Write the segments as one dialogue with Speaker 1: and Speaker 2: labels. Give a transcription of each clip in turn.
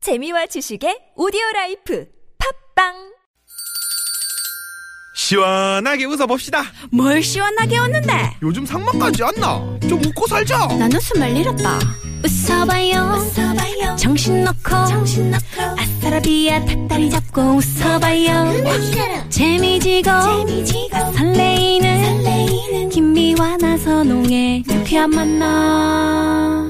Speaker 1: 재미와 지식의 오디오 라이프 팝빵
Speaker 2: 시원하게 웃어봅시다.
Speaker 3: 뭘 시원하게 웃는데
Speaker 2: 요즘 상만까지 안 나. 좀 웃고 살자.
Speaker 3: 난 웃음을 잃었다 웃어봐요, 정신 놓고 아싸라비아 닭다리 잡고 웃어봐요 재미지고, 설레이는, 김미와 나선홍의 유쾌한 만남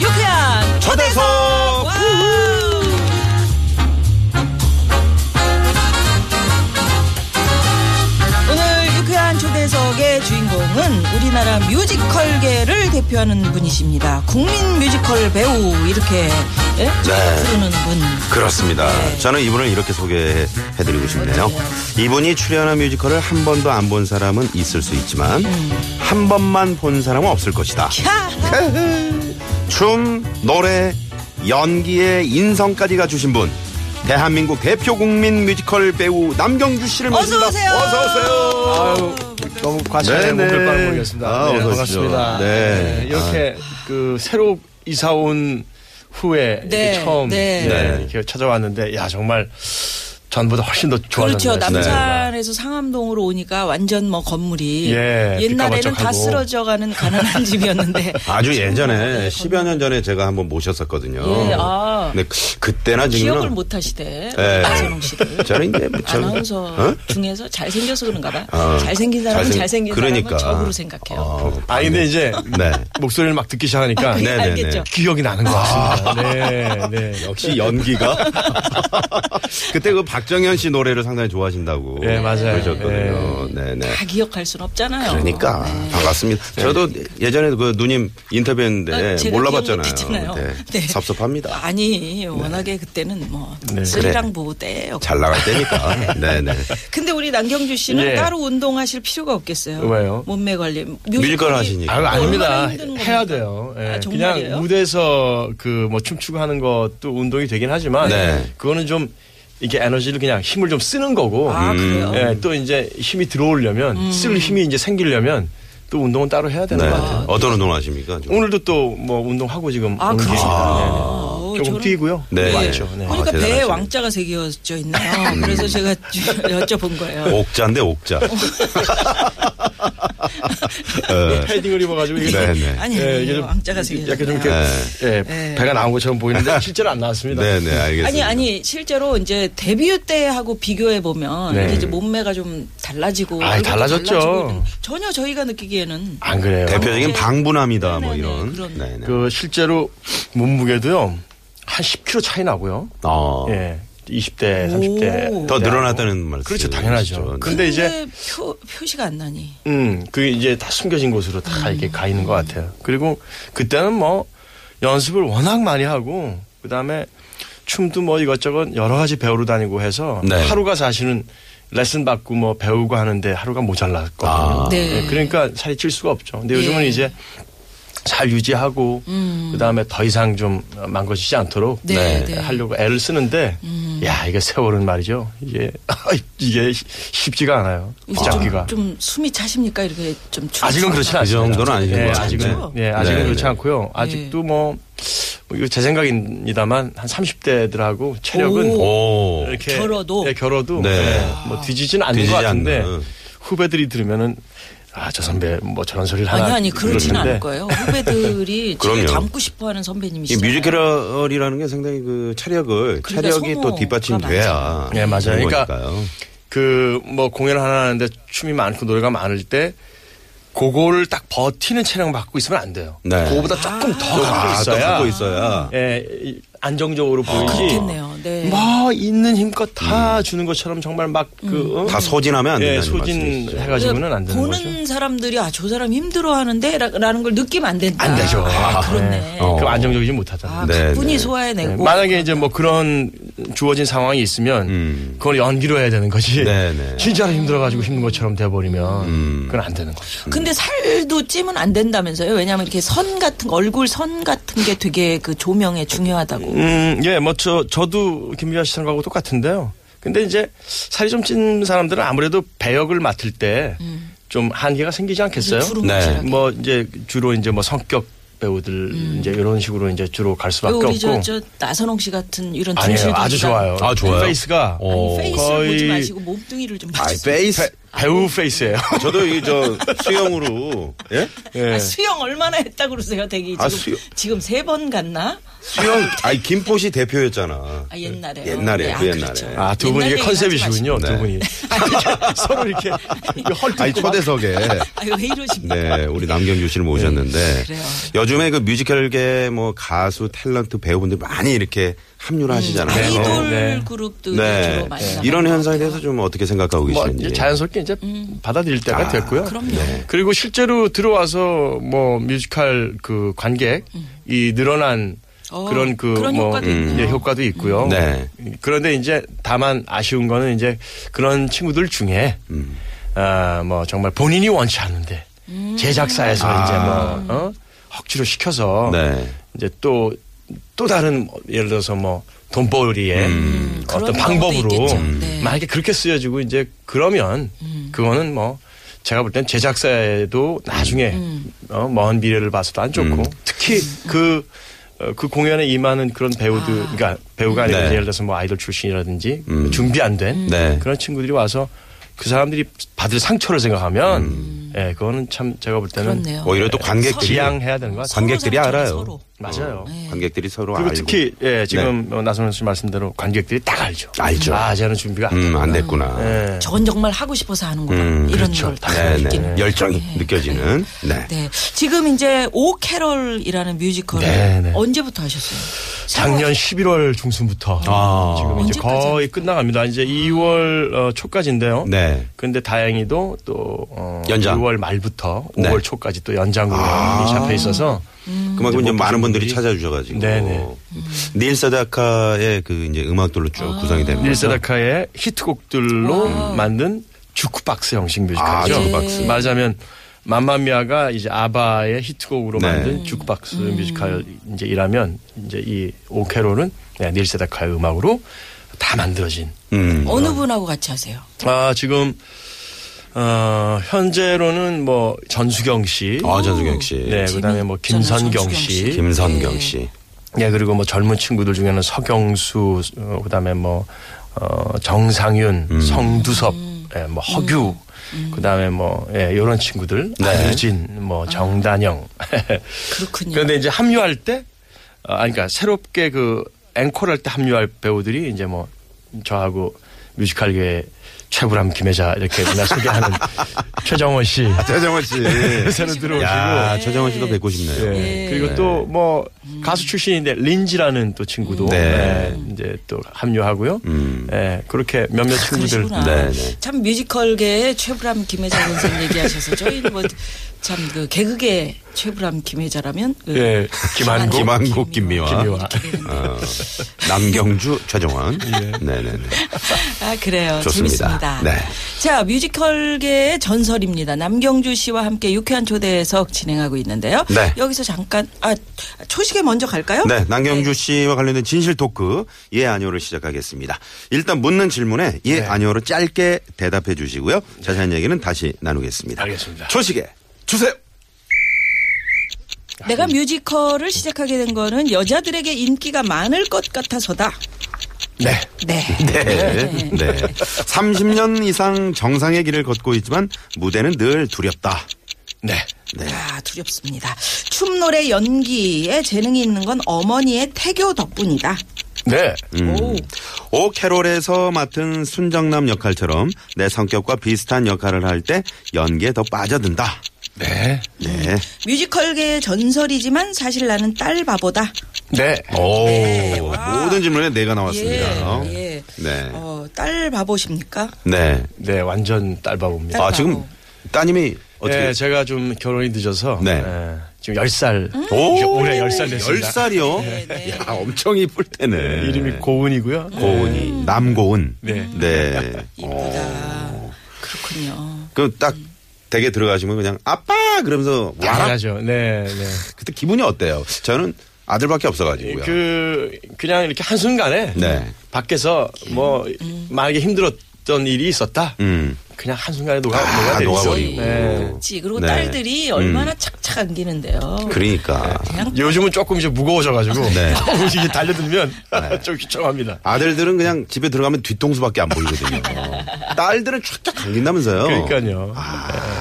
Speaker 4: 유쾌한
Speaker 2: 초대석.
Speaker 4: 오늘 유쾌한 초대석의 주인공은 우리나라 뮤지컬계를 대표하는 분이십니다. 국민 뮤지컬 배우 이렇게 예?
Speaker 5: 네.
Speaker 4: 부르는 분.
Speaker 6: 그렇습니다.
Speaker 4: 네.
Speaker 6: 저는 이분을 이렇게 소개해드리고 싶네요. 이분이 출연한 뮤지컬을 한 번도 안 본 사람은 있을 수 있지만
Speaker 4: 음.
Speaker 6: 한 번만 본 사람은 없을 것이다.
Speaker 4: 캬, 그
Speaker 6: 춤, 노래, 연기에 인성까지 가주신 분. 대한민국 대표 국민 뮤지컬 배우 남경주 씨를
Speaker 4: 어서
Speaker 6: 모십니다.
Speaker 4: 오세요.
Speaker 6: 어서 오세요.
Speaker 5: 너무 과찬의
Speaker 6: 네네.
Speaker 5: 목을 바라보고 계십니다.
Speaker 6: 아, 어서 오십시오.
Speaker 5: 반갑습니다.
Speaker 6: 네.
Speaker 5: 이렇게 그 새로 이사 온 후에
Speaker 4: 네,
Speaker 5: 이렇게 처음
Speaker 4: 네.
Speaker 5: 네,
Speaker 6: 네.
Speaker 5: 이렇게 찾아왔는데 야 정말 전보다 훨씬 더
Speaker 4: 그렇죠.
Speaker 5: 좋아졌네요.
Speaker 4: 남산에서 상암동으로 오니까 완전 뭐 건물이
Speaker 5: 예,
Speaker 4: 옛날에는
Speaker 5: 삐까번쩍하고.
Speaker 4: 다 쓰러져가는 가난한 집이었는데
Speaker 6: 아주 예전에 10여 년 전에 제가 한번 모셨었거든요.
Speaker 4: 예, 아.
Speaker 6: 근데 그때나
Speaker 4: 기억을
Speaker 6: 지금은
Speaker 4: 못 하시대.
Speaker 6: 예.
Speaker 4: 나선홍 씨를.
Speaker 6: 저는 이제 뭐 참-
Speaker 4: 아나운서
Speaker 6: 어?
Speaker 4: 중에서 잘생겨서 그런가 봐.
Speaker 6: 어,
Speaker 4: 잘생긴 사람은
Speaker 6: 잘생-
Speaker 4: 잘생긴
Speaker 6: 그러니까.
Speaker 4: 사람은 적으로 생각해요.
Speaker 6: 어,
Speaker 5: 아 근데 이제
Speaker 6: 네.
Speaker 5: 목소리를 막 듣기 시작하니까
Speaker 4: 네,
Speaker 6: 네네네. 아.
Speaker 4: 알겠죠.
Speaker 5: 기억이 나는 것 같습니다. 네, 네.
Speaker 6: 역시 연기가 그때 그 박정현 씨 노래를 상당히 좋아하신다고
Speaker 5: 예, 맞아요.
Speaker 6: 그러셨거든요. 네, 네.
Speaker 4: 다 기억할 순 없잖아요. 네.
Speaker 6: 그러니까 반갑습니다. 저도 예전에 그 누님
Speaker 4: 아,
Speaker 6: 인터뷰했는데
Speaker 4: 제가
Speaker 6: 몰라봤잖아요.
Speaker 4: 기억
Speaker 6: 네.
Speaker 4: 네.
Speaker 6: 섭섭합니다.
Speaker 4: 아니, 워낙에 그때는 뭐
Speaker 5: 네.
Speaker 4: 스리랑
Speaker 6: 그래.
Speaker 4: 보호 때였고.
Speaker 6: 잘 나갈 때니까. 네, 네.
Speaker 4: 근데 우리 남경주 씨는
Speaker 5: 예.
Speaker 4: 따로 운동하실 필요가 없겠어요.
Speaker 5: 왜요?
Speaker 4: 몸매 관리. 뮤지컬이
Speaker 6: 뮤지컬 하시니까.
Speaker 5: 아유, 아닙니다.
Speaker 4: 얼마나 힘든
Speaker 5: 해야
Speaker 4: 겁니까?
Speaker 5: 돼요. 예.
Speaker 4: 아, 정말이에요?
Speaker 5: 그냥 무대에서 그 뭐 춤추고 하는 것도 운동이 되긴 하지만
Speaker 6: 네.
Speaker 5: 그거는 좀 이게 에너지를 그냥 힘을 좀 쓰는 거고
Speaker 6: 음.
Speaker 4: 아, 그래요? 음.
Speaker 5: 예, 또 이제 힘이 들어오려면 쓸 힘이 이제 생기려면 또 운동은 따로 해야 되는
Speaker 6: 네.
Speaker 5: 것 같아요.
Speaker 6: 어떤 운동 하십니까? 좀?
Speaker 5: 오늘도 또 뭐 운동하고 지금
Speaker 4: 아,
Speaker 5: 오늘
Speaker 4: 그러시구나.
Speaker 5: 지금, 네, 네. 조금
Speaker 4: 저는-
Speaker 5: 뛰고요.
Speaker 6: 네.
Speaker 5: 맞죠. 네.
Speaker 6: 아,
Speaker 4: 그러니까 배에
Speaker 6: 대단하시네. 음.
Speaker 4: 왕자가 새겨져 있나요? 그래서 제가 여쭤본 거예요.
Speaker 6: 옥자인데 옥자. 네.
Speaker 5: 패딩을 입어가지고 이게
Speaker 6: 네, 네.
Speaker 4: 아니,
Speaker 5: 예, 이게 좀
Speaker 4: 왕자가 새겨져
Speaker 5: 약간 좀
Speaker 4: 있나요?
Speaker 5: 이렇게 예, 배가 나온 것처럼 보이는데 실제로 안 나왔습니다.
Speaker 6: 네, 네, 알겠습니다.
Speaker 4: 아니 아니 실제로 이제 데뷔 때하고 비교해 보면
Speaker 5: 네.
Speaker 4: 이제 몸매가 좀 달라지고
Speaker 5: 아이,
Speaker 4: 얼굴도
Speaker 5: 달라졌죠.
Speaker 4: 달라지고 전혀 저희가 느끼기에는
Speaker 5: 안 그래요.
Speaker 6: 대표적인
Speaker 4: 네.
Speaker 6: 방분함이다
Speaker 4: 네,
Speaker 6: 뭐
Speaker 4: 네,
Speaker 6: 이런.
Speaker 4: 그런-
Speaker 6: 네, 네.
Speaker 5: 그 실제로 몸무게도요 한 10kg 차이 나고요.
Speaker 6: 어.
Speaker 5: 예, 20대, 30대
Speaker 6: 더 늘어났다는 말씀.
Speaker 5: 그렇죠, 당연하죠. 근데 이제
Speaker 4: 근데 표, 표시가 안 나니
Speaker 5: 음 그게 이제 다 숨겨진 곳으로 다 이렇게 가 있는 것 같아요. 그리고 그때는 뭐 연습을 워낙 많이 하고 그 다음에 춤도 뭐 이것저것 여러 가지 배우러 다니고 해서
Speaker 6: 네.
Speaker 5: 하루가 사실은 레슨 받고 뭐 배우고 하는데 하루가 모자랐거든요.
Speaker 6: 아.
Speaker 4: 네.
Speaker 5: 예, 그러니까 살이 찔 수가 없죠. 근데 요즘은
Speaker 4: 예.
Speaker 5: 이제 잘 유지하고 그다음에 더 이상 좀 망가지지 않도록
Speaker 4: 네, 네.
Speaker 5: 하려고 애를 쓰는데 야 이게 세월은 말이죠 이게 이게 쉽지가 않아요 잡기가
Speaker 4: 좀 숨이 차십니까 이렇게 좀 추-
Speaker 5: 아직은 그렇지 않아요.
Speaker 6: 그 정도는 아니신
Speaker 5: 예,
Speaker 6: 것
Speaker 5: 아직은
Speaker 6: 같은데.
Speaker 5: 예, 아직은
Speaker 6: 네,
Speaker 5: 그렇지
Speaker 6: 네.
Speaker 5: 않고요. 아직도 뭐, 뭐 이거 제 생각입니다만 한 30대들하고 체력은
Speaker 4: 오.
Speaker 6: 오.
Speaker 5: 이렇게
Speaker 4: 결어도?
Speaker 5: 예, 결어도
Speaker 6: 네.
Speaker 5: 예, 뭐 뒤지진 않는
Speaker 6: 뒤지지
Speaker 5: 것 같은데
Speaker 6: 않는.
Speaker 5: 후배들이 들으면은 아 저 선배 뭐 저런 소리를 하나
Speaker 4: 아니 아니 그렇진
Speaker 5: 그러는데
Speaker 4: 않을 거예요 후배들이 지금
Speaker 6: 그럼요.
Speaker 4: 닮고 싶어하는
Speaker 6: 이
Speaker 4: 선배님이시죠
Speaker 6: 뮤지컬이라는 게 상당히 그 차력을
Speaker 4: 그러니까
Speaker 6: 차력이 또
Speaker 4: 선호가
Speaker 6: 뒷받침돼야
Speaker 5: 예, 맞아요.
Speaker 6: 되는
Speaker 5: 그러니까
Speaker 6: 거니까요.
Speaker 5: 그 뭐 공연을 하나 하는데 춤이 많고 노래가 많을 때 그거를 딱 버티는 체력 받고 있으면 안 돼요.
Speaker 6: 네.
Speaker 5: 그거보다 조금 더
Speaker 6: 아,
Speaker 5: 갖고
Speaker 6: 또
Speaker 5: 있어야
Speaker 6: 갖고 있어야.
Speaker 5: 예, 이- 안정적으로 보이지.
Speaker 4: 그렇겠네요 네.
Speaker 6: 예.
Speaker 5: 뭐 있는 힘껏 다 주는 것처럼 정말 막그
Speaker 6: 음.
Speaker 5: 어?
Speaker 6: 다 소진하면 안
Speaker 5: 예,
Speaker 6: 된다는
Speaker 5: 소진
Speaker 6: 말씀이시죠.
Speaker 5: 해가지고는 안 되는
Speaker 4: 음. 그러니까 보는
Speaker 5: 거죠.
Speaker 4: 사람들이 아 저 사람 힘들어하는데라는 걸 느끼면 안 된다.
Speaker 5: 안 되죠.
Speaker 4: 아, 그렇네.
Speaker 6: 어.
Speaker 5: 그 안정적이지 못하잖아요.
Speaker 4: 아,
Speaker 6: 네,
Speaker 4: 가뿐히
Speaker 6: 네.
Speaker 4: 소화해내고.
Speaker 5: 네, 만약에 이제 뭐 그런 주어진 상황이 있으면
Speaker 6: 음.
Speaker 5: 그걸 연기로 해야 되는 거지.
Speaker 6: 네, 네.
Speaker 5: 진짜로 힘들어가지고 힘든 것처럼 돼버리면
Speaker 6: 음.
Speaker 5: 그건 안 되는 거죠.
Speaker 4: 근데 살도 찌면 안 된다면서요? 왜냐하면 이렇게 선 같은 거, 얼굴 선 같은 게 되게 그 조명에 중요하다고.
Speaker 6: 음.
Speaker 5: 음, 예, 뭐, 저, 저도 저도 김미화 씨 생각하고 똑같은데요. 근데 이제 살이 좀 찐 사람들은 아무래도 배역을 맡을 때 좀 한계가 생기지 않겠어요?
Speaker 4: 그렇죠.
Speaker 6: 네.
Speaker 5: 뭐 이제 주로 이제 뭐 성격 배우들 이제 이런 식으로 이제 주로 갈 수밖에
Speaker 4: 우리
Speaker 5: 없고
Speaker 4: 음. 저, 저 나선홍 씨 같은 이런
Speaker 5: 아니에요
Speaker 4: 등실도
Speaker 5: 아주
Speaker 4: 있다.
Speaker 5: 좋아요.
Speaker 6: 아, 좋아요?
Speaker 5: 페이스가
Speaker 6: 어.
Speaker 4: 아니, 페이스를 보지
Speaker 5: 거의-
Speaker 4: 마시고 몸뚱이를 좀
Speaker 6: 아이,
Speaker 4: 봐주세요.
Speaker 6: 페이스.
Speaker 5: 배우 페이스예요.
Speaker 6: 저도 이 저 수영으로 예?
Speaker 5: 예.
Speaker 4: 아, 수영 얼마나 했다 그러세요, 대기 지금
Speaker 6: 아, 수영.
Speaker 4: 지금 세 번 갔나?
Speaker 6: 수영 아니 김포시 대표였잖아.
Speaker 4: 아, 옛날에.
Speaker 6: 옛날에,
Speaker 4: 네,
Speaker 6: 그 옛날에.
Speaker 5: 아 두 분
Speaker 4: 옛날
Speaker 5: 이게
Speaker 4: 얘기하지 네.
Speaker 5: 컨셉이시군요.
Speaker 6: 마시고.
Speaker 5: 두 분이 서로 이렇게 헐뜯고
Speaker 6: 아니 초대석에
Speaker 4: 아유 왜 이러십니까?
Speaker 6: 네 우리 남경규 씨를 모셨는데
Speaker 4: 네, 그래요.
Speaker 6: 요즘에 그 뮤지컬계 뭐 가수 탤런트 배우분들 많이 이렇게 합류를 하시잖아요.
Speaker 4: 음, 아이돌
Speaker 5: 네.
Speaker 4: 그룹도
Speaker 6: 네.
Speaker 4: 주로 많이 나가요.
Speaker 6: 이런 현상에 대해서 좀 어떻게 생각하고
Speaker 5: 뭐
Speaker 6: 계시는지.
Speaker 5: 이제 자연스럽게 이제 받아들일 때가 됐고요.
Speaker 4: 음. 그럼요.
Speaker 6: 네.
Speaker 5: 그리고 실제로 들어와서 뭐 뮤지컬 그 관객 이 늘어난
Speaker 4: 음. 어,
Speaker 5: 그런
Speaker 4: 그런
Speaker 5: 그뭐
Speaker 4: 효과도
Speaker 5: 예,
Speaker 4: 있군요.
Speaker 5: 효과도 있고요.
Speaker 6: 네.
Speaker 5: 그런데 이제 다만 아쉬운 거는 이제 그런 친구들 중에
Speaker 6: 음.
Speaker 5: 아뭐 정말 본인이 원치 않는데
Speaker 4: 음.
Speaker 5: 제작사에서 이제 뭐 어? 억지로 시켜서
Speaker 6: 아. 네.
Speaker 5: 이제 또 또 다른 뭐 예를 들어서 뭐 돈벌이에 어떤
Speaker 6: 음,
Speaker 4: 그런
Speaker 5: 방법으로
Speaker 4: 방법도 있겠죠. 네. 음.
Speaker 5: 만약에 그렇게 쓰여지고 이제 그러면 그거는 뭐 제가 볼 땐 제작사에도 나중에
Speaker 4: 음.
Speaker 5: 어, 먼 미래를 봐서도 안
Speaker 6: 음.
Speaker 5: 좋고 특히 그 어, 그 공연에 임하는 그런 배우들, 그러니까 배우가 아니고
Speaker 6: 네.
Speaker 5: 예를 들어서 뭐 아이돌 출신이라든지
Speaker 6: 음.
Speaker 5: 준비 안 된
Speaker 6: 네.
Speaker 5: 그런 친구들이 와서 그 사람들이 받을 상처를 생각하면,
Speaker 6: 음.
Speaker 5: 예, 그거는 참 제가 볼 때는
Speaker 4: 그렇네요.
Speaker 6: 오히려 또 관객들이
Speaker 5: 지양해야 되는 것 같아요.
Speaker 6: 관객들이
Speaker 4: 서로
Speaker 6: 알아요.
Speaker 4: 서로.
Speaker 5: 맞아요.
Speaker 4: 음.
Speaker 6: 관객들이 서로
Speaker 5: 네.
Speaker 6: 알고.
Speaker 5: 그리고
Speaker 6: 네.
Speaker 5: 특히 예, 지금 어, 나선호 씨 말씀대로 관객들이 딱 알죠.
Speaker 6: 알죠.
Speaker 5: 아, 쟤는 준비가 안
Speaker 6: 음, 안
Speaker 5: 됐구나.
Speaker 6: 됐구나.
Speaker 5: 예.
Speaker 4: 저건 정말 하고 싶어서 하는구나.
Speaker 6: 음,
Speaker 4: 이런
Speaker 5: 그렇죠.
Speaker 4: 걸다
Speaker 6: 네,
Speaker 4: 느끼는.
Speaker 6: 네. 열정이 느껴지는. 네.
Speaker 4: 네. 지금 이제 오캐럴이라는 뮤지컬을
Speaker 5: 네, 네.
Speaker 4: 언제부터 하셨어요?
Speaker 5: 작년 11월 중순부터
Speaker 6: 아.
Speaker 5: 지금 이제
Speaker 4: 언제까지
Speaker 5: 거의 끝나갑니다. 이제 2월 어, 초까지인데요.
Speaker 6: 네.
Speaker 5: 근데 다행히도 또 어,
Speaker 6: 연장.
Speaker 5: 6월 말부터
Speaker 6: 네. 아.
Speaker 5: 5월 초까지 또 연장으로 잡혀 있어서
Speaker 4: 음.
Speaker 6: 그만큼 이제
Speaker 5: 못
Speaker 6: 많은
Speaker 5: 보신
Speaker 6: 분들이
Speaker 5: 분들이-
Speaker 6: 찾아주셔가지고. 음.
Speaker 5: 네네.
Speaker 6: 닐 사다카의 그 이제 음악들로 쭉
Speaker 4: 아.
Speaker 6: 구성이 됩니다.
Speaker 5: 닐세다카의 히트곡들로 만든 주크박스 형식
Speaker 6: 음. 아,
Speaker 5: 뮤지컬이죠. 음.
Speaker 6: 주크박스.
Speaker 5: 말하자면 맘마미아가 이제 아바의 히트곡으로
Speaker 6: 네.
Speaker 5: 만든 주크박스 뮤지컬 이제 이라면 이제 이 오케로는 네, 닐세다카의 음악으로 다 만들어진.
Speaker 6: 음.
Speaker 4: 어느 분하고 같이 하세요?
Speaker 5: 아 지금 어, 현재로는 뭐 전수경 씨,
Speaker 6: 아, 전수경 씨.
Speaker 5: 네 그다음에 뭐
Speaker 4: 저는
Speaker 5: 김선경
Speaker 4: 전수경
Speaker 5: 씨,
Speaker 4: 씨.
Speaker 6: 김선경 씨.
Speaker 5: 예, 그리고 뭐 젊은 친구들 중에는 서경수, 어, 그다음에 뭐 어, 정상윤,
Speaker 6: 음.
Speaker 5: 성두섭, 예, 뭐 허규, 그다음에 뭐 예, 이런 친구들,
Speaker 6: 네.
Speaker 5: 안유진, 뭐 정단영.
Speaker 4: 그렇군요.
Speaker 5: 그런데 이제 합류할 때, 어, 아니, 그러니까 새롭게 그 앵콜할 때 합류할 배우들이 이제 뭐 저하고 뮤지컬계의 최불암 김혜자 이렇게 누나 소개하는 최정원 씨.
Speaker 6: 최정원 씨.
Speaker 5: 요새는 들어오시고.
Speaker 6: 아, 네. 야, 최정원 씨도 뵙고 싶네요.
Speaker 5: 예. 그리고 또 뭐 가수 출신인데 린지라는 또 친구도
Speaker 6: 네.
Speaker 5: 예, 이제 또 합류하고요.
Speaker 6: 음.
Speaker 5: 예, 그렇게 몇몇 친구들
Speaker 4: 그러시구나.
Speaker 6: 네, 네.
Speaker 4: 참 뮤지컬계의 최불암 김혜자 선생 얘기하셔서 저희는 뭐 뭐참그 개그계 최불암 김혜자라면 그
Speaker 6: 네.
Speaker 5: 예, 김한국,
Speaker 6: 김한국, 김미화.
Speaker 5: 김미화.
Speaker 6: 어, 남경주, 최정원. 네네네.
Speaker 4: 아 그래요.
Speaker 6: 좋습니다.
Speaker 4: 재밌습니다.
Speaker 6: 네.
Speaker 4: 자 뮤지컬계의 전설입니다. 남경주 씨와 함께 유쾌한 초대석 진행하고 있는데요.
Speaker 6: 네.
Speaker 4: 여기서 잠깐 아 초식에 먼저 갈까요?
Speaker 6: 네, 남경주 씨와 관련된 진실 토크 예 아니오를 시작하겠습니다. 일단 묻는 질문에 예 아니오로 짧게 대답해 주시고요. 자세한 얘기는 다시 나누겠습니다.
Speaker 5: 알겠습니다.
Speaker 6: 초식에 주세요.
Speaker 4: 내가 뮤지컬을 시작하게 된 거는 여자들에게 인기가 많을 것 같아서다.
Speaker 5: 네.
Speaker 4: 네.
Speaker 6: 네. 네. 30년 이상 정상의 길을 걷고 있지만 무대는 늘 두렵다.
Speaker 5: 네.
Speaker 4: 아, 두렵습니다. 춤, 노래, 연기에 재능이 있는 건 어머니의 태교 덕분이다.
Speaker 5: 네.
Speaker 6: 음.
Speaker 4: 오.
Speaker 6: 오 캐롤에서 맡은 순정남 역할처럼 내 성격과 비슷한 역할을 할 때 연기에 더 빠져든다.
Speaker 5: 네.
Speaker 6: 네.
Speaker 4: 뮤지컬계의 전설이지만 사실 나는 딸 바보다.
Speaker 5: 네.
Speaker 6: 오.
Speaker 4: 와.
Speaker 6: 모든 질문에 내가 나왔습니다.
Speaker 4: 예, 예.
Speaker 6: 네.
Speaker 4: 어, 딸 바보십니까?
Speaker 6: 네.
Speaker 5: 네, 완전 딸바보입니다.
Speaker 6: 아, 지금 따님이 어떻게
Speaker 5: 예, 제가 좀 결혼이 늦어서
Speaker 6: 네.
Speaker 5: 예, 지금 10살. 이제
Speaker 6: 오,
Speaker 5: 올해 10살 됐습니다.
Speaker 6: 10살이요?
Speaker 4: 네,
Speaker 6: 야, 엄청 이쁠 때네.
Speaker 5: 예, 이름이 고은이고요.
Speaker 6: 고은이.
Speaker 4: 음.
Speaker 6: 남고은.
Speaker 5: 네.
Speaker 6: 네.
Speaker 4: 이쁘다. 그렇군요.
Speaker 6: 그럼 딱 댁에 들어가시면 그냥 아빠! 그러면서 와라.
Speaker 5: 당연하죠. 네, 네.
Speaker 6: 그때 기분이 어때요? 저는 아들밖에 없어가지고요.
Speaker 5: 그 그냥 이렇게 한 순간에
Speaker 6: 그러니까. 네.
Speaker 5: 밖에서 뭐 만약에 힘들었던 일이 있었다.
Speaker 6: 음.
Speaker 5: 그냥 한 순간에 녹아
Speaker 6: 아,
Speaker 5: 녹아
Speaker 6: 녹아버리고.
Speaker 5: 네.
Speaker 4: 그렇지. 그리고
Speaker 6: 네. 음.
Speaker 4: 딸들이 얼마나 착착 안기는데요.
Speaker 6: 그러니까
Speaker 5: 예.
Speaker 4: 그냥
Speaker 5: 요즘은 조금 이제 무거워져가지고
Speaker 6: 네.
Speaker 5: 이게 달려들면 좀 귀청합니다.
Speaker 6: 아들들은 그냥 집에 들어가면 뒤통수밖에 안 보이거든요. 딸들은 촥촥 감긴다면서요.
Speaker 5: 그러니까요.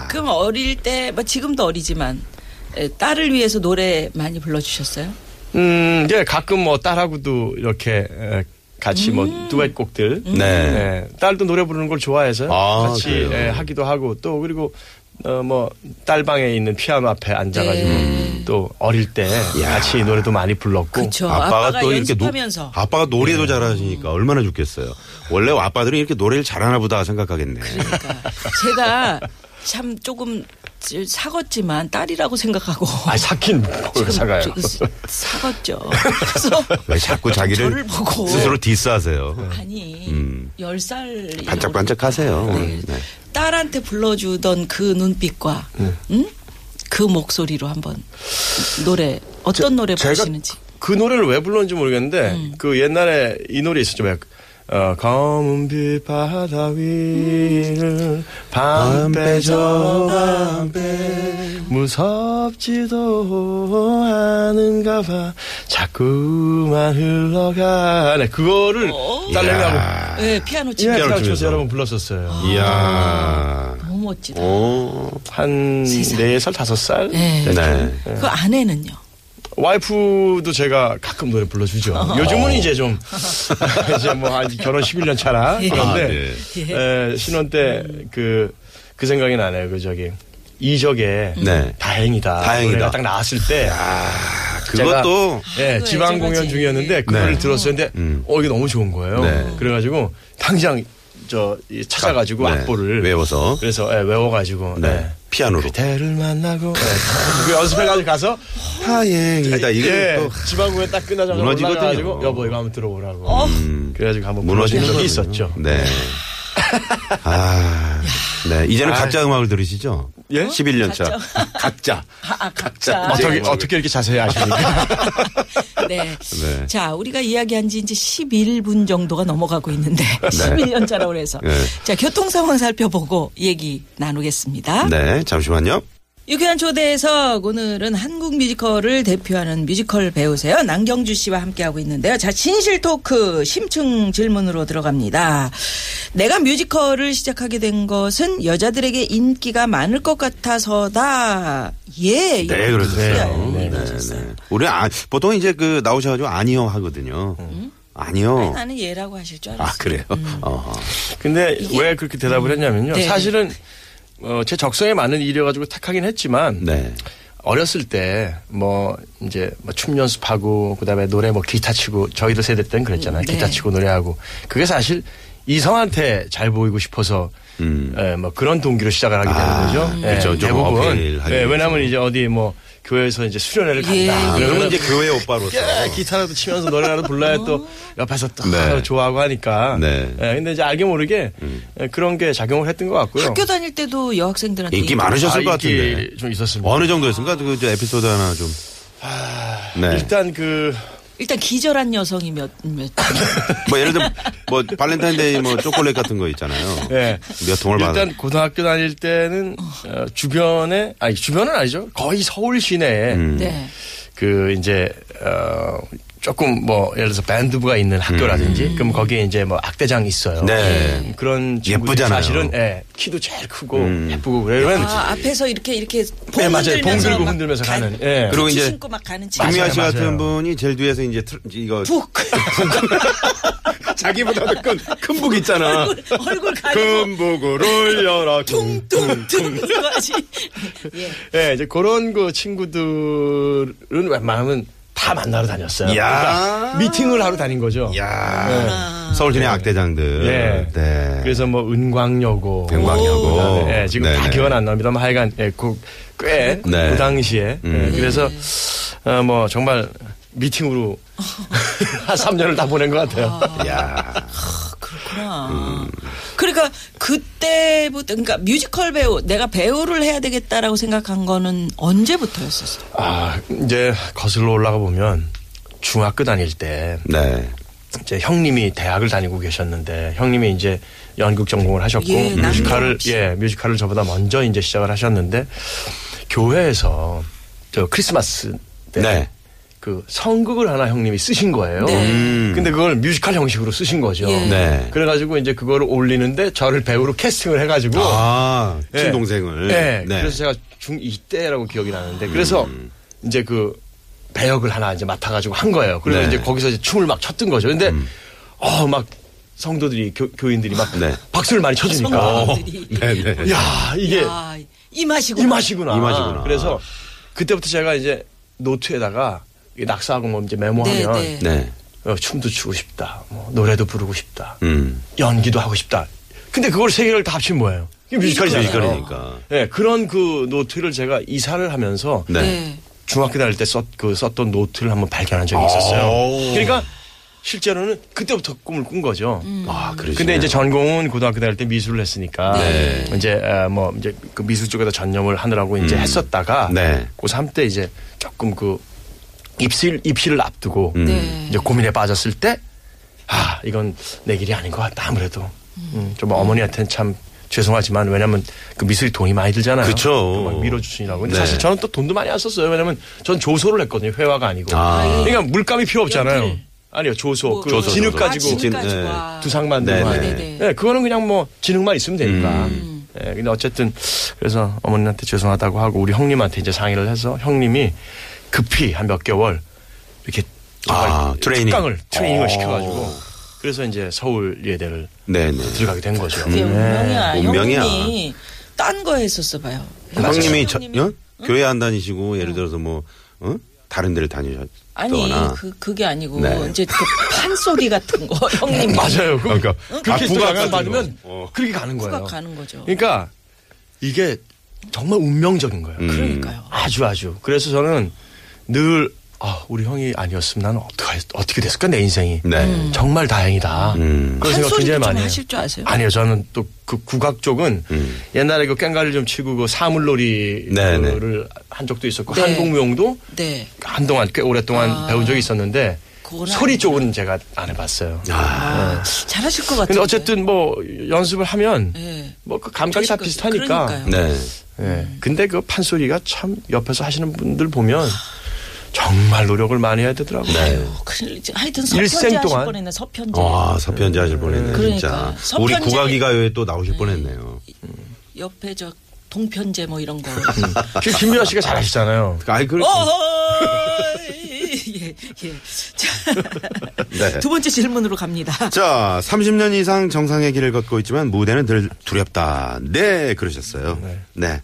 Speaker 4: 그럼 어릴 때, 뭐 지금도 어리지만 에, 딸을 위해서 노래 많이 불러주셨어요?
Speaker 5: 음, 예, 가끔 뭐 딸하고도 이렇게 에, 같이 뭐 듀엣곡들.
Speaker 6: 음. 네.
Speaker 5: 예, 딸도 노래 부르는 걸 좋아해서
Speaker 6: 아,
Speaker 5: 같이
Speaker 6: 그래요?
Speaker 5: 예, 하기도 하고 또 그리고 어, 뭐 딸방에 있는 피아노 앞에 앉아가지고
Speaker 6: 네.
Speaker 5: 또 어릴 때 같이 노래도 많이 불렀고.
Speaker 4: 그쵸.
Speaker 6: 아빠가,
Speaker 4: 아빠가
Speaker 6: 또 이렇게
Speaker 4: 연습하면서.
Speaker 6: 아빠가
Speaker 5: 네.
Speaker 6: 노래도 잘하시니까 얼마나 좋겠어요. 원래 아빠들은 이렇게 노래를 잘하나 보다 생각하겠네.
Speaker 4: 그러니까 제가 참 조금 사겄지만 딸이라고 생각하고
Speaker 5: 아, 사킨 뭘
Speaker 4: 지금
Speaker 5: 사가요.
Speaker 4: 저- 그 사- 사겄죠. 그래서
Speaker 6: 왜 자꾸 자기를
Speaker 4: 저를 보고.
Speaker 6: 스스로 디스하세요.
Speaker 5: 네.
Speaker 4: 아니
Speaker 6: 음.
Speaker 4: 열 살이
Speaker 6: 반짝반짝하세요.
Speaker 4: 네.
Speaker 6: 네.
Speaker 4: 딸한테 불러주던 그 눈빛과 응? 그 목소리로 한번 노래 어떤 노래 부르시는지
Speaker 5: 그 노래를 왜 불렀는지 모르겠는데
Speaker 4: 음.
Speaker 5: 그 옛날에 이 노래 있었죠. 막, 어, 검은 빛 바다 위를 밤배 저 밤배 무섭지도 않은가 봐 자꾸만 흘러가네 그거를
Speaker 4: 어?
Speaker 5: 딸내미하고
Speaker 4: 네, 피아노 치고
Speaker 6: 피아노
Speaker 5: 피아노
Speaker 6: 치면서.
Speaker 5: 쳐서 여러분 불렀었어요 아.
Speaker 6: 이야.
Speaker 4: 너무 멋지다.
Speaker 6: 오.
Speaker 5: 한
Speaker 4: 세상에.
Speaker 5: 네살 다섯 살
Speaker 4: 네.
Speaker 6: 네.
Speaker 4: 그 아내는요.
Speaker 5: 와이프도 제가 가끔 노래 불러주죠.
Speaker 6: 어.
Speaker 5: 요즘은 이제 좀, 이제 뭐, 아직 결혼 11년 차라.
Speaker 6: 예. 아, 네.
Speaker 5: 그런데, 에, 신혼 때 그, 그 생각이 나네요. 그 저기, 이적에
Speaker 6: 네.
Speaker 5: 다행이다.
Speaker 6: 다행이다.
Speaker 5: 노래가 딱 나왔을 때.
Speaker 6: 그것도
Speaker 5: 예,
Speaker 4: 아이고,
Speaker 5: 지방 공연
Speaker 4: 애정하지.
Speaker 5: 중이었는데 그걸
Speaker 6: 네.
Speaker 5: 들었었는데
Speaker 6: 음.
Speaker 5: 어 이게 너무 좋은 거예요.
Speaker 6: 네.
Speaker 5: 그래가지고 당장 저 이, 찾아가지고
Speaker 6: 네.
Speaker 5: 악보를
Speaker 6: 외워서.
Speaker 5: 그래서 예, 외워가지고
Speaker 6: 네.
Speaker 5: 예.
Speaker 6: 피아노로.
Speaker 5: 그대를 만나고 예. 그 연습해가지고 가서
Speaker 6: 다행이다. 이게
Speaker 5: 예,
Speaker 6: 또
Speaker 5: 지방 공연 딱 끝나자마자
Speaker 6: 무너지거든요.
Speaker 5: 올라가가지고 여보 이거 한번 들어보라고.
Speaker 4: 음.
Speaker 5: 그래가지고 한번
Speaker 6: 무너지는
Speaker 5: 무너지는 적이
Speaker 6: 거군요.
Speaker 5: 있었죠.
Speaker 6: 네. 아. 네. 이제는
Speaker 5: 아.
Speaker 6: 가짜 음악을 들으시죠?
Speaker 5: 예?
Speaker 6: 11년 차. 각자.
Speaker 4: 아, 각자.
Speaker 6: 각자.
Speaker 5: 어떻게 어떻게 이렇게 자세히 아십니까?
Speaker 4: 네.
Speaker 6: 네.
Speaker 4: 자, 우리가 이야기한 지 이제 11분 정도가 넘어가고 있는데 11년 차라고 해서.
Speaker 6: 네.
Speaker 4: 자, 교통 상황 살펴보고 얘기 나누겠습니다.
Speaker 6: 네. 잠시만요.
Speaker 4: 유쾌한 초대에서 오늘은 한국 뮤지컬을 대표하는 뮤지컬 배우세요. 남경주 씨와 함께하고 있는데요. 자, 진실 토크 심층 질문으로 들어갑니다. 내가 뮤지컬을 시작하게 된 것은 여자들에게 인기가 많을 것 같아서다. 예.
Speaker 6: 네, 그러세요.
Speaker 5: 네,
Speaker 6: 네, 네. 우리 아, 보통 이제 그 나오셔가지고 아니요 하거든요. 음? 아니요.
Speaker 4: 나는 예라고 하실 줄 알았어요.
Speaker 6: 어. 아 그래요. 어.
Speaker 5: 근데 왜 그렇게 대답을 했냐면요.
Speaker 4: 네.
Speaker 5: 사실은 어, 제 적성에 맞는 일이어 가지고 택하긴 했지만
Speaker 6: 네.
Speaker 5: 어렸을 때 뭐 이제 뭐 춤 연습하고 그다음에 노래 뭐 기타 치고 저희들 세대 때는 그랬잖아요.
Speaker 4: 음, 네.
Speaker 5: 기타 치고 노래하고 그게 사실 이성한테 잘 보이고 싶어서
Speaker 6: 음.
Speaker 5: 예, 뭐 그런 동기로 시작을 하게 되는
Speaker 6: 아,
Speaker 5: 거죠.
Speaker 6: 음.
Speaker 5: 예,
Speaker 6: 그렇죠. 좀
Speaker 5: 대부분
Speaker 6: 어필하기
Speaker 5: 예,
Speaker 6: 위해서.
Speaker 5: 왜냐하면 이제 어디 뭐 교회에서 이제 수련회를
Speaker 4: 예.
Speaker 5: 간다.
Speaker 6: 아, 그러면 이제 교회 오빠로서.
Speaker 5: 음. 예, 기타라도 치면서 노래라도 불러야 또
Speaker 4: 어.
Speaker 5: 옆에서 또
Speaker 6: 네.
Speaker 5: 좋아하고 하니까.
Speaker 6: 네. 음.
Speaker 5: 예, 근데 이제 알게 모르게 예, 그런 게 작용을 했던 것 같고요.
Speaker 4: 학교 다닐 때도 여학생들한테
Speaker 6: 인기
Speaker 4: 인기-
Speaker 6: 많으셨을 것
Speaker 5: 아, 인기
Speaker 6: 같은데.
Speaker 5: 좀 있었습니다.
Speaker 6: 어느 정도였습니까? 그, 저 에피소드 하나 좀. 네.
Speaker 5: 아, 일단 그
Speaker 4: 일단 기절한 여성이 몇, 몇.
Speaker 6: 뭐 예를 들면 뭐 발렌타인데이 뭐 초콜릿 같은 거 있잖아요.
Speaker 5: 예.
Speaker 6: 몇 통을 받아.
Speaker 5: 일단 고등학교 다닐 때는 어, 주변에 아니 주변은 아니죠. 거의 서울 시내에
Speaker 6: 음.
Speaker 4: 네.
Speaker 5: 그 이제 어 조금 뭐 예를 들어서 밴드부가 있는 학교라든지 그럼 거기에 이제 뭐 악대장이 있어요.
Speaker 6: 음.
Speaker 5: 음,
Speaker 6: 네.
Speaker 5: 그런 친구들이
Speaker 6: 예쁘잖아요.
Speaker 5: 사실은 예, 키도 제일 크고
Speaker 6: 음.
Speaker 5: 예쁘고 그러면
Speaker 4: 아, 앞에서 이렇게, 이렇게. 봉
Speaker 5: 네, 맞아요. 봉
Speaker 4: 흔들면서
Speaker 5: 들고
Speaker 4: 막
Speaker 5: 흔들면서
Speaker 4: 가-
Speaker 5: 가는. 예.
Speaker 6: 그리고
Speaker 4: 같이
Speaker 6: 이제
Speaker 4: 신고 막 가는 친구. 그
Speaker 6: 김미아 씨
Speaker 5: 맞아요,
Speaker 6: 같은
Speaker 5: 맞아요.
Speaker 6: 분이 제일 뒤에서 이제 틀- 이거
Speaker 4: 북.
Speaker 6: 자기보다도 큰, 큰북 있잖아.
Speaker 4: 얼굴, 얼굴 가리고.
Speaker 6: 큰북을 올려라. 음.
Speaker 4: 퉁퉁퉁 이거 하지. 예.
Speaker 5: 예, 이제 그런 그 친구들은 웬만하면 다 만나러
Speaker 6: 야.
Speaker 5: 다녔어요. 그러니까 미팅을 하러 다닌 거죠.
Speaker 6: 야 서울진의 악대장들.
Speaker 5: 예.
Speaker 6: 네.
Speaker 5: 네. 그래서 뭐 은광여고,
Speaker 6: 뱅광여고.
Speaker 5: 예, 지금 다
Speaker 6: 네네.
Speaker 5: 기원 안 납니다만 하여간 예, 그, 꽤그
Speaker 6: 네.
Speaker 5: 당시에
Speaker 6: 음.
Speaker 5: 예, 그래서 어, 뭐 정말 미팅으로 한 3년을 다 보낸 것 같아요.
Speaker 6: 야
Speaker 4: 아, 그렇구나. 그러니까 그때부터, 그러니까 뮤지컬 배우, 내가 배우를 해야 되겠다라고 생각한 거는 언제부터였었어?
Speaker 5: 아, 이제 거슬러 올라가 보면 중학교 다닐 때
Speaker 6: 네.
Speaker 5: 이제 형님이 대학을 다니고 계셨는데 형님이 이제 연극 전공을 하셨고
Speaker 4: 예,
Speaker 5: 뮤지컬을
Speaker 4: 남김없이.
Speaker 5: 예 뮤지컬을 저보다 먼저 이제 시작을 하셨는데 교회에서 저 크리스마스 때
Speaker 6: 네.
Speaker 5: 그 성극을 하나 형님이 쓰신 거예요.
Speaker 4: 네.
Speaker 6: 음.
Speaker 5: 근데 그걸 뮤지컬 형식으로 쓰신 거죠.
Speaker 4: 예.
Speaker 6: 네.
Speaker 5: 그래가지고 이제 그거를 올리는데 저를 배우로 캐스팅을 해가지고
Speaker 6: 아,
Speaker 5: 예.
Speaker 6: 친동생을.
Speaker 5: 네.
Speaker 6: 네. 음.
Speaker 5: 그래서 제가 중2 때라고 기억이 나는데 그래서 이제 그 배역을 하나 이제 맡아가지고 한 거예요. 그리고
Speaker 6: 네. 음.
Speaker 5: 이제 거기서 이제 춤을 막 췄던 거죠. 근데 어 막 성도들이 교, 교인들이 막
Speaker 6: 네.
Speaker 5: 박수를 많이 쳐주니까
Speaker 4: 성도들이
Speaker 6: 어. 네네.
Speaker 5: 야 이게
Speaker 4: 야, 이 맛이고
Speaker 5: 이 맛이구나. 아,
Speaker 6: 이 맛이구나.
Speaker 5: 그래서 그때부터 제가 이제 노트에다가 이 낙서하고 뭐 이제 메모하면
Speaker 4: 네, 네.
Speaker 6: 네.
Speaker 5: 어, 춤도 추고 싶다, 뭐 노래도 부르고 싶다,
Speaker 6: 음.
Speaker 5: 연기도 하고 싶다. 근데 그걸 세 개를 다 합친 뭐예요? 이게 뮤지컬이잖아요.
Speaker 6: 뮤지컬이니까.
Speaker 5: 예, 그런 그 노트를 제가 이사를 하면서
Speaker 6: 네.
Speaker 5: 중학교 다닐 때 썼, 그 썼던 노트를 한번 발견한 적이 있었어요. 그러니까 실제로는 그때부터 꿈을 꾼 거죠.
Speaker 4: 음.
Speaker 6: 아, 그러시네요. 네.
Speaker 5: 근데 이제 전공은 고등학교 다닐 때 미술을 했으니까 이제 에, 뭐 이제 그 미술 쪽에다 전념을 하느라고 이제 했었다가
Speaker 6: 음. 네.
Speaker 5: 고3 때 이제 조금 그 입실 입시를 앞두고
Speaker 6: 음.
Speaker 4: 네.
Speaker 5: 이제 고민에 빠졌을 때 아, 이건 내 길이 아닌 것 같다 아무래도. 음, 좀 어머니한테는 참 죄송하지만 왜냐면 그 미술이 돈이 많이 들잖아요.
Speaker 6: 그쵸.
Speaker 5: 막 밀어주시라고. 근데
Speaker 6: 네.
Speaker 5: 사실 저는 또 돈도 많이 안 썼어요. 왜냐면 전 조소를 했거든요. 회화가 아니고.
Speaker 6: 아.
Speaker 5: 그러니까 물감이 필요 없잖아요.
Speaker 4: 연필. 뭐
Speaker 5: 아니요 조소, 그
Speaker 6: 조소,
Speaker 5: 진흙
Speaker 6: 조소.
Speaker 5: 가지고
Speaker 6: 아, 진-
Speaker 4: 아,
Speaker 6: 네.
Speaker 4: 네.
Speaker 5: 두상 만들고
Speaker 6: 네, 음.
Speaker 5: 하는.
Speaker 4: 네.
Speaker 5: 네, 그거는 그냥 뭐 진흙만 있으면 되니까. 예, 근데 어쨌든 그래서 어머니한테 죄송하다고 하고 우리 형님한테 이제 상의를 해서 형님이 급히 한 몇 개월 이렇게
Speaker 6: 아,
Speaker 5: 정말
Speaker 6: 트레이닝.
Speaker 5: 특강을 트레이닝을
Speaker 6: 어.
Speaker 5: 시켜가지고 그래서 이제 서울 예대를
Speaker 6: 네네.
Speaker 5: 들어가게 된 거죠.
Speaker 4: 그게 운명이야.
Speaker 6: 운명이야.
Speaker 4: 형님이 딴 거 했었어 봐요.
Speaker 6: 형님이 저,
Speaker 4: 형님이-
Speaker 6: 어? 교회 안 다니시고 예를 들어서 뭐 어? 다른 데를 다니셨거나
Speaker 4: 아니 그 그게 아니고
Speaker 6: 네.
Speaker 4: 이제 그 판소리 같은 거 형님
Speaker 5: 맞아요. 그,
Speaker 6: 그러니까
Speaker 5: 그렇게
Speaker 6: 아, 부각
Speaker 5: 부각을
Speaker 6: 같은
Speaker 5: 받으면
Speaker 6: 거. 어.
Speaker 5: 그렇게 가는
Speaker 4: 누가
Speaker 5: 거예요.
Speaker 4: 가는 거죠.
Speaker 5: 그러니까 이게 정말 운명적인 거예요.
Speaker 6: 음.
Speaker 4: 그러니까요.
Speaker 5: 아주 아주. 그래서 저는 늘 아, 우리 형이 아니었으면 나는 어떻게 어떻게 됐을까 내 인생이.
Speaker 6: 네. 음.
Speaker 5: 정말 다행이다.
Speaker 6: 음.
Speaker 5: 그런 생각
Speaker 4: 판소리도
Speaker 5: 굉장히
Speaker 4: 좀
Speaker 5: 많이 해요.
Speaker 4: 하실 줄 아세요?
Speaker 5: 아니요, 저는 또 그 국악 쪽은
Speaker 6: 음.
Speaker 5: 옛날에 그 깽가리를 좀 치고 그
Speaker 6: 네, 네.
Speaker 5: 사물놀이를 한 적도 있었고
Speaker 4: 네.
Speaker 5: 한국무용도
Speaker 4: 네.
Speaker 5: 한동안 꽤 오랫동안
Speaker 4: 아.
Speaker 5: 배운 적이 있었는데
Speaker 4: 그건
Speaker 5: 소리
Speaker 4: 아니구나.
Speaker 5: 쪽은 제가 안 해봤어요.
Speaker 4: 아, 잘하실 것 같아요.
Speaker 5: 근데 어쨌든 뭐 연습을 하면
Speaker 4: 예.
Speaker 5: 뭐 그 감각이 다
Speaker 4: 조심스럽게.
Speaker 5: 비슷하니까.
Speaker 4: 그러니까요.
Speaker 6: 네.
Speaker 5: 예. 근데 그 판소리가 참 옆에서 하시는 분들 보면 정말 노력을 많이 해야 되더라고요.
Speaker 4: 아유, 뭐 큰일 이제 하여튼 서편지
Speaker 5: 일생
Speaker 4: 하실
Speaker 5: 동안.
Speaker 4: 뻔했네. 서편지.
Speaker 6: 와 서편지 하실 뻔했네
Speaker 4: 그러니까.
Speaker 6: 진짜. 우리
Speaker 4: 서편지- 음.
Speaker 6: 국악이가요에 또 나오실 뻔했네요.
Speaker 4: 옆에 저 동편제 뭐 이런 거.
Speaker 5: 지금 그 김유아 씨가 잘하시잖아요.
Speaker 6: 아이 그
Speaker 4: 어, 어허이. 예, 예. 자,
Speaker 6: 네.
Speaker 4: 두 번째 질문으로 갑니다.
Speaker 6: 자, 30년 이상 정상의 길을 걷고 있지만 무대는 늘 두렵다. 네, 그러셨어요. 네.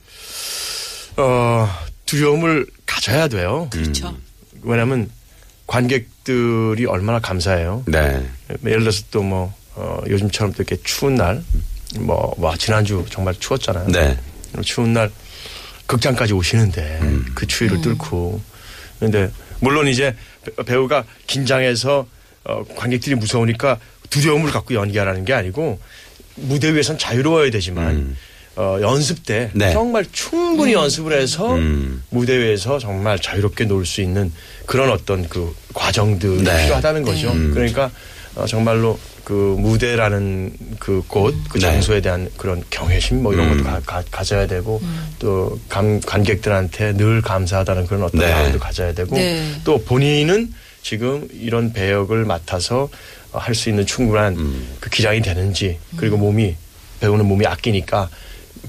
Speaker 5: 어, 두려움을 가져야 돼요.
Speaker 6: 음.
Speaker 4: 그렇죠.
Speaker 5: 왜냐하면 관객들이 얼마나 감사해요.
Speaker 6: 네.
Speaker 5: 예를 들어서 또 뭐 요즘처럼 또 이렇게 추운 날, 뭐, 와, 지난주 정말 추웠잖아요.
Speaker 6: 네.
Speaker 5: 추운 날 극장까지 오시는데
Speaker 6: 음.
Speaker 5: 그 추위를 뚫고 근데 물론 이제 배- 배우가 긴장해서 어, 관객들이 무서우니까 두려움을 갖고 연기하라는 게 아니고 무대 위에선 자유로워야 되지만 어, 연습 때
Speaker 6: 음. 네.
Speaker 5: 정말 충분히 연습을 해서
Speaker 6: 음.
Speaker 5: 무대 위에서 정말 자유롭게 놀 수 있는 그런 어떤 그 과정들이
Speaker 6: 네.
Speaker 5: 필요하다는 거죠. 그러니까 어, 정말로 그 무대라는 그 곳, 그
Speaker 6: 네. 음.
Speaker 5: 장소에 대한 그런 경외심 뭐 이런 것도 가, 져야 되고 또 감, 관객들한테 늘 감사하다는 그런 어떤
Speaker 6: 네.
Speaker 5: 마음도 가져야 되고
Speaker 4: 네.
Speaker 5: 또 본인은 지금 이런 배역을 맡아서 할 수 있는 충분한
Speaker 6: 음.
Speaker 5: 그 기량이 되는지 그리고 몸이 배우는 몸이 악기니까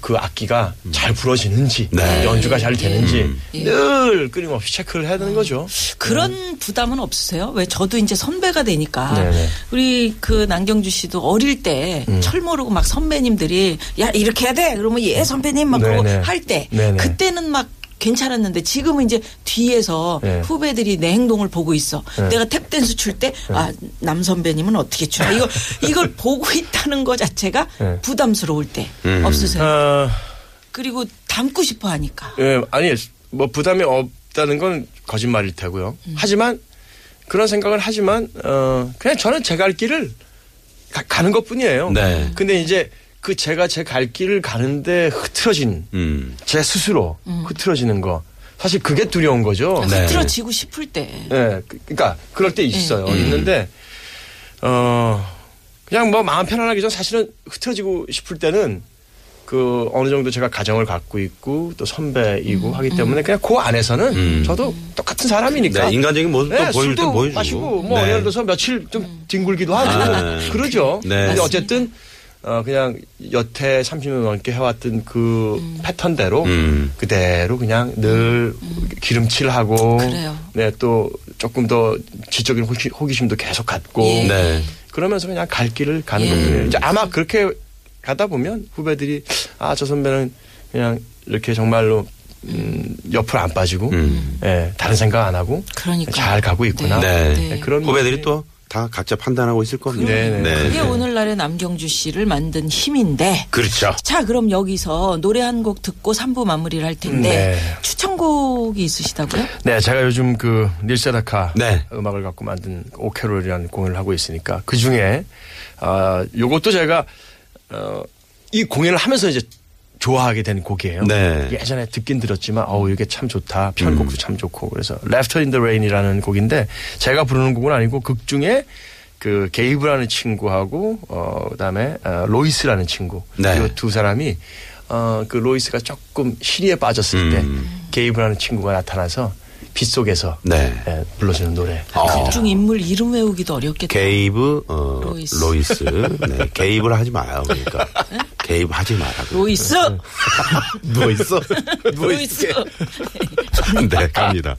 Speaker 5: 그 악기가 잘 부러지는지
Speaker 6: 음. 네. 음.
Speaker 5: 연주가 잘 되는지 늘 끊임없이 체크를 해야 되는 거죠.
Speaker 4: 그런 부담은 없으세요? 왜 저도 이제 선배가 되니까
Speaker 5: 네. 네네. 음.
Speaker 4: 우리 그 남경주 씨도 어릴 때 철모르고 막 선배님들이 야 이렇게 해야 돼 그러면 예 선배님 막 그러고
Speaker 5: 음. 네네.
Speaker 4: 할 때
Speaker 5: 네네.
Speaker 4: 그때는 막 괜찮았는데 지금은 이제 뒤에서
Speaker 5: 네.
Speaker 4: 후배들이 내 행동을 보고 있어. 내가 탭댄스 출 때
Speaker 5: 네.
Speaker 4: 아, 남 선배님은 어떻게 추나. 이거 이걸 보고 있다는 거 자체가
Speaker 5: 네.
Speaker 4: 부담스러울 때 없으세요?
Speaker 5: 어,
Speaker 4: 그리고 닮고 싶어 하니까.
Speaker 5: 예, 아니 뭐 부담이 없다는 건 거짓말일 테고요. 하지만 그런 생각을 하지만 어 그냥 저는 제 갈 길을 가, 는 것뿐이에요.
Speaker 6: 네.
Speaker 5: 근데 이제 그 제가 제 갈 길을 가는데 흐트러진
Speaker 6: 음.
Speaker 5: 제 스스로 흐트러지는 거 사실 그게 두려운 거죠.
Speaker 6: 네.
Speaker 4: 흐트러지고 싶을 때.
Speaker 5: 예, 그- 그러니까 그럴 때
Speaker 6: 예.
Speaker 5: 있어요. 있는데 어 그냥 뭐 마음 편안하기 전 사실은 흐트러지고 싶을 때는 그 어느 정도 제가 가정을 갖고 있고 또 선배이고 하기 때문에 그냥 그 안에서는
Speaker 6: 음.
Speaker 5: 저도 똑같은 사람이니까.
Speaker 6: 네, 인간적인 모습도
Speaker 5: 예,
Speaker 6: 보일 때
Speaker 5: 술도
Speaker 6: 보여주고.
Speaker 5: 마시고 뭐
Speaker 6: 네.
Speaker 5: 예를 들어서 며칠 좀 뒹굴기도 하고
Speaker 6: 네.
Speaker 5: 그러죠.
Speaker 6: 네.
Speaker 5: 근데 어쨌든 어 그냥 여태 30년 넘게 해왔던 그 패턴대로
Speaker 6: 음.
Speaker 5: 그대로 그냥 늘 기름칠하고
Speaker 4: 음. 그래요.
Speaker 5: 네, 또 조금 더 지적인 호기, 호기심도 계속 갖고
Speaker 4: 예.
Speaker 6: 네. 음.
Speaker 5: 그러면서 그냥 갈 길을 가는
Speaker 4: 예.
Speaker 5: 거예요. 이제 아마 그렇게 가다 보면 후배들이 아 저 선배는 그냥 이렇게 정말로 음, 옆으로 안 빠지고
Speaker 6: 음.
Speaker 5: 예, 다른 생각 안 하고
Speaker 4: 그러니까.
Speaker 5: 잘 가고 있구나.
Speaker 6: 네.
Speaker 5: 예, 그런
Speaker 6: 후배들이 또 다 각자 판단하고 있을 겁니다.
Speaker 5: 네, 네.
Speaker 4: 그게 오늘날의 남경주 씨를 만든 힘인데.
Speaker 6: 그렇죠.
Speaker 4: 자, 그럼 여기서 노래 한 곡 듣고 3부 마무리를 할 텐데
Speaker 5: 네.
Speaker 4: 추천곡이 있으시다고요?
Speaker 5: 네, 제가 요즘 그 닐세다카
Speaker 6: 네.
Speaker 5: 음악을 갖고 만든 오케롤이라는 공연을 하고 있으니까 그 중에 아 요것도 제가 어이 공연을 하면서 이제 좋아하게 된 곡이에요.
Speaker 6: 네. 음.
Speaker 5: 예전에 듣긴 들었지만 어우 이게 참 좋다. 편곡도 참 좋고 그래서 Left in the Rain이라는 곡인데 제가 부르는 곡은 아니고 극 중에 그 게이브라는 친구하고 어 그다음에 어, 로이스라는 친구
Speaker 6: 네.
Speaker 5: 이 두 사람이 어, 그 로이스가 조금 시리에 빠졌을 때 게이브라는 친구가 나타나서 빗속에서
Speaker 6: 네.
Speaker 5: 예, 불러주는 노래.
Speaker 6: 어.
Speaker 4: 중 인물 이름 외우기도 어렵겠다.
Speaker 6: 게이브 어,
Speaker 4: 로이스.
Speaker 6: 로이스, 네, 개입을 하지 마요 그러니까 개입하지 마라고
Speaker 4: 로이스.
Speaker 5: 뭐
Speaker 6: 누워 있어 누워
Speaker 4: 로이스.
Speaker 6: 있게 네 갑니다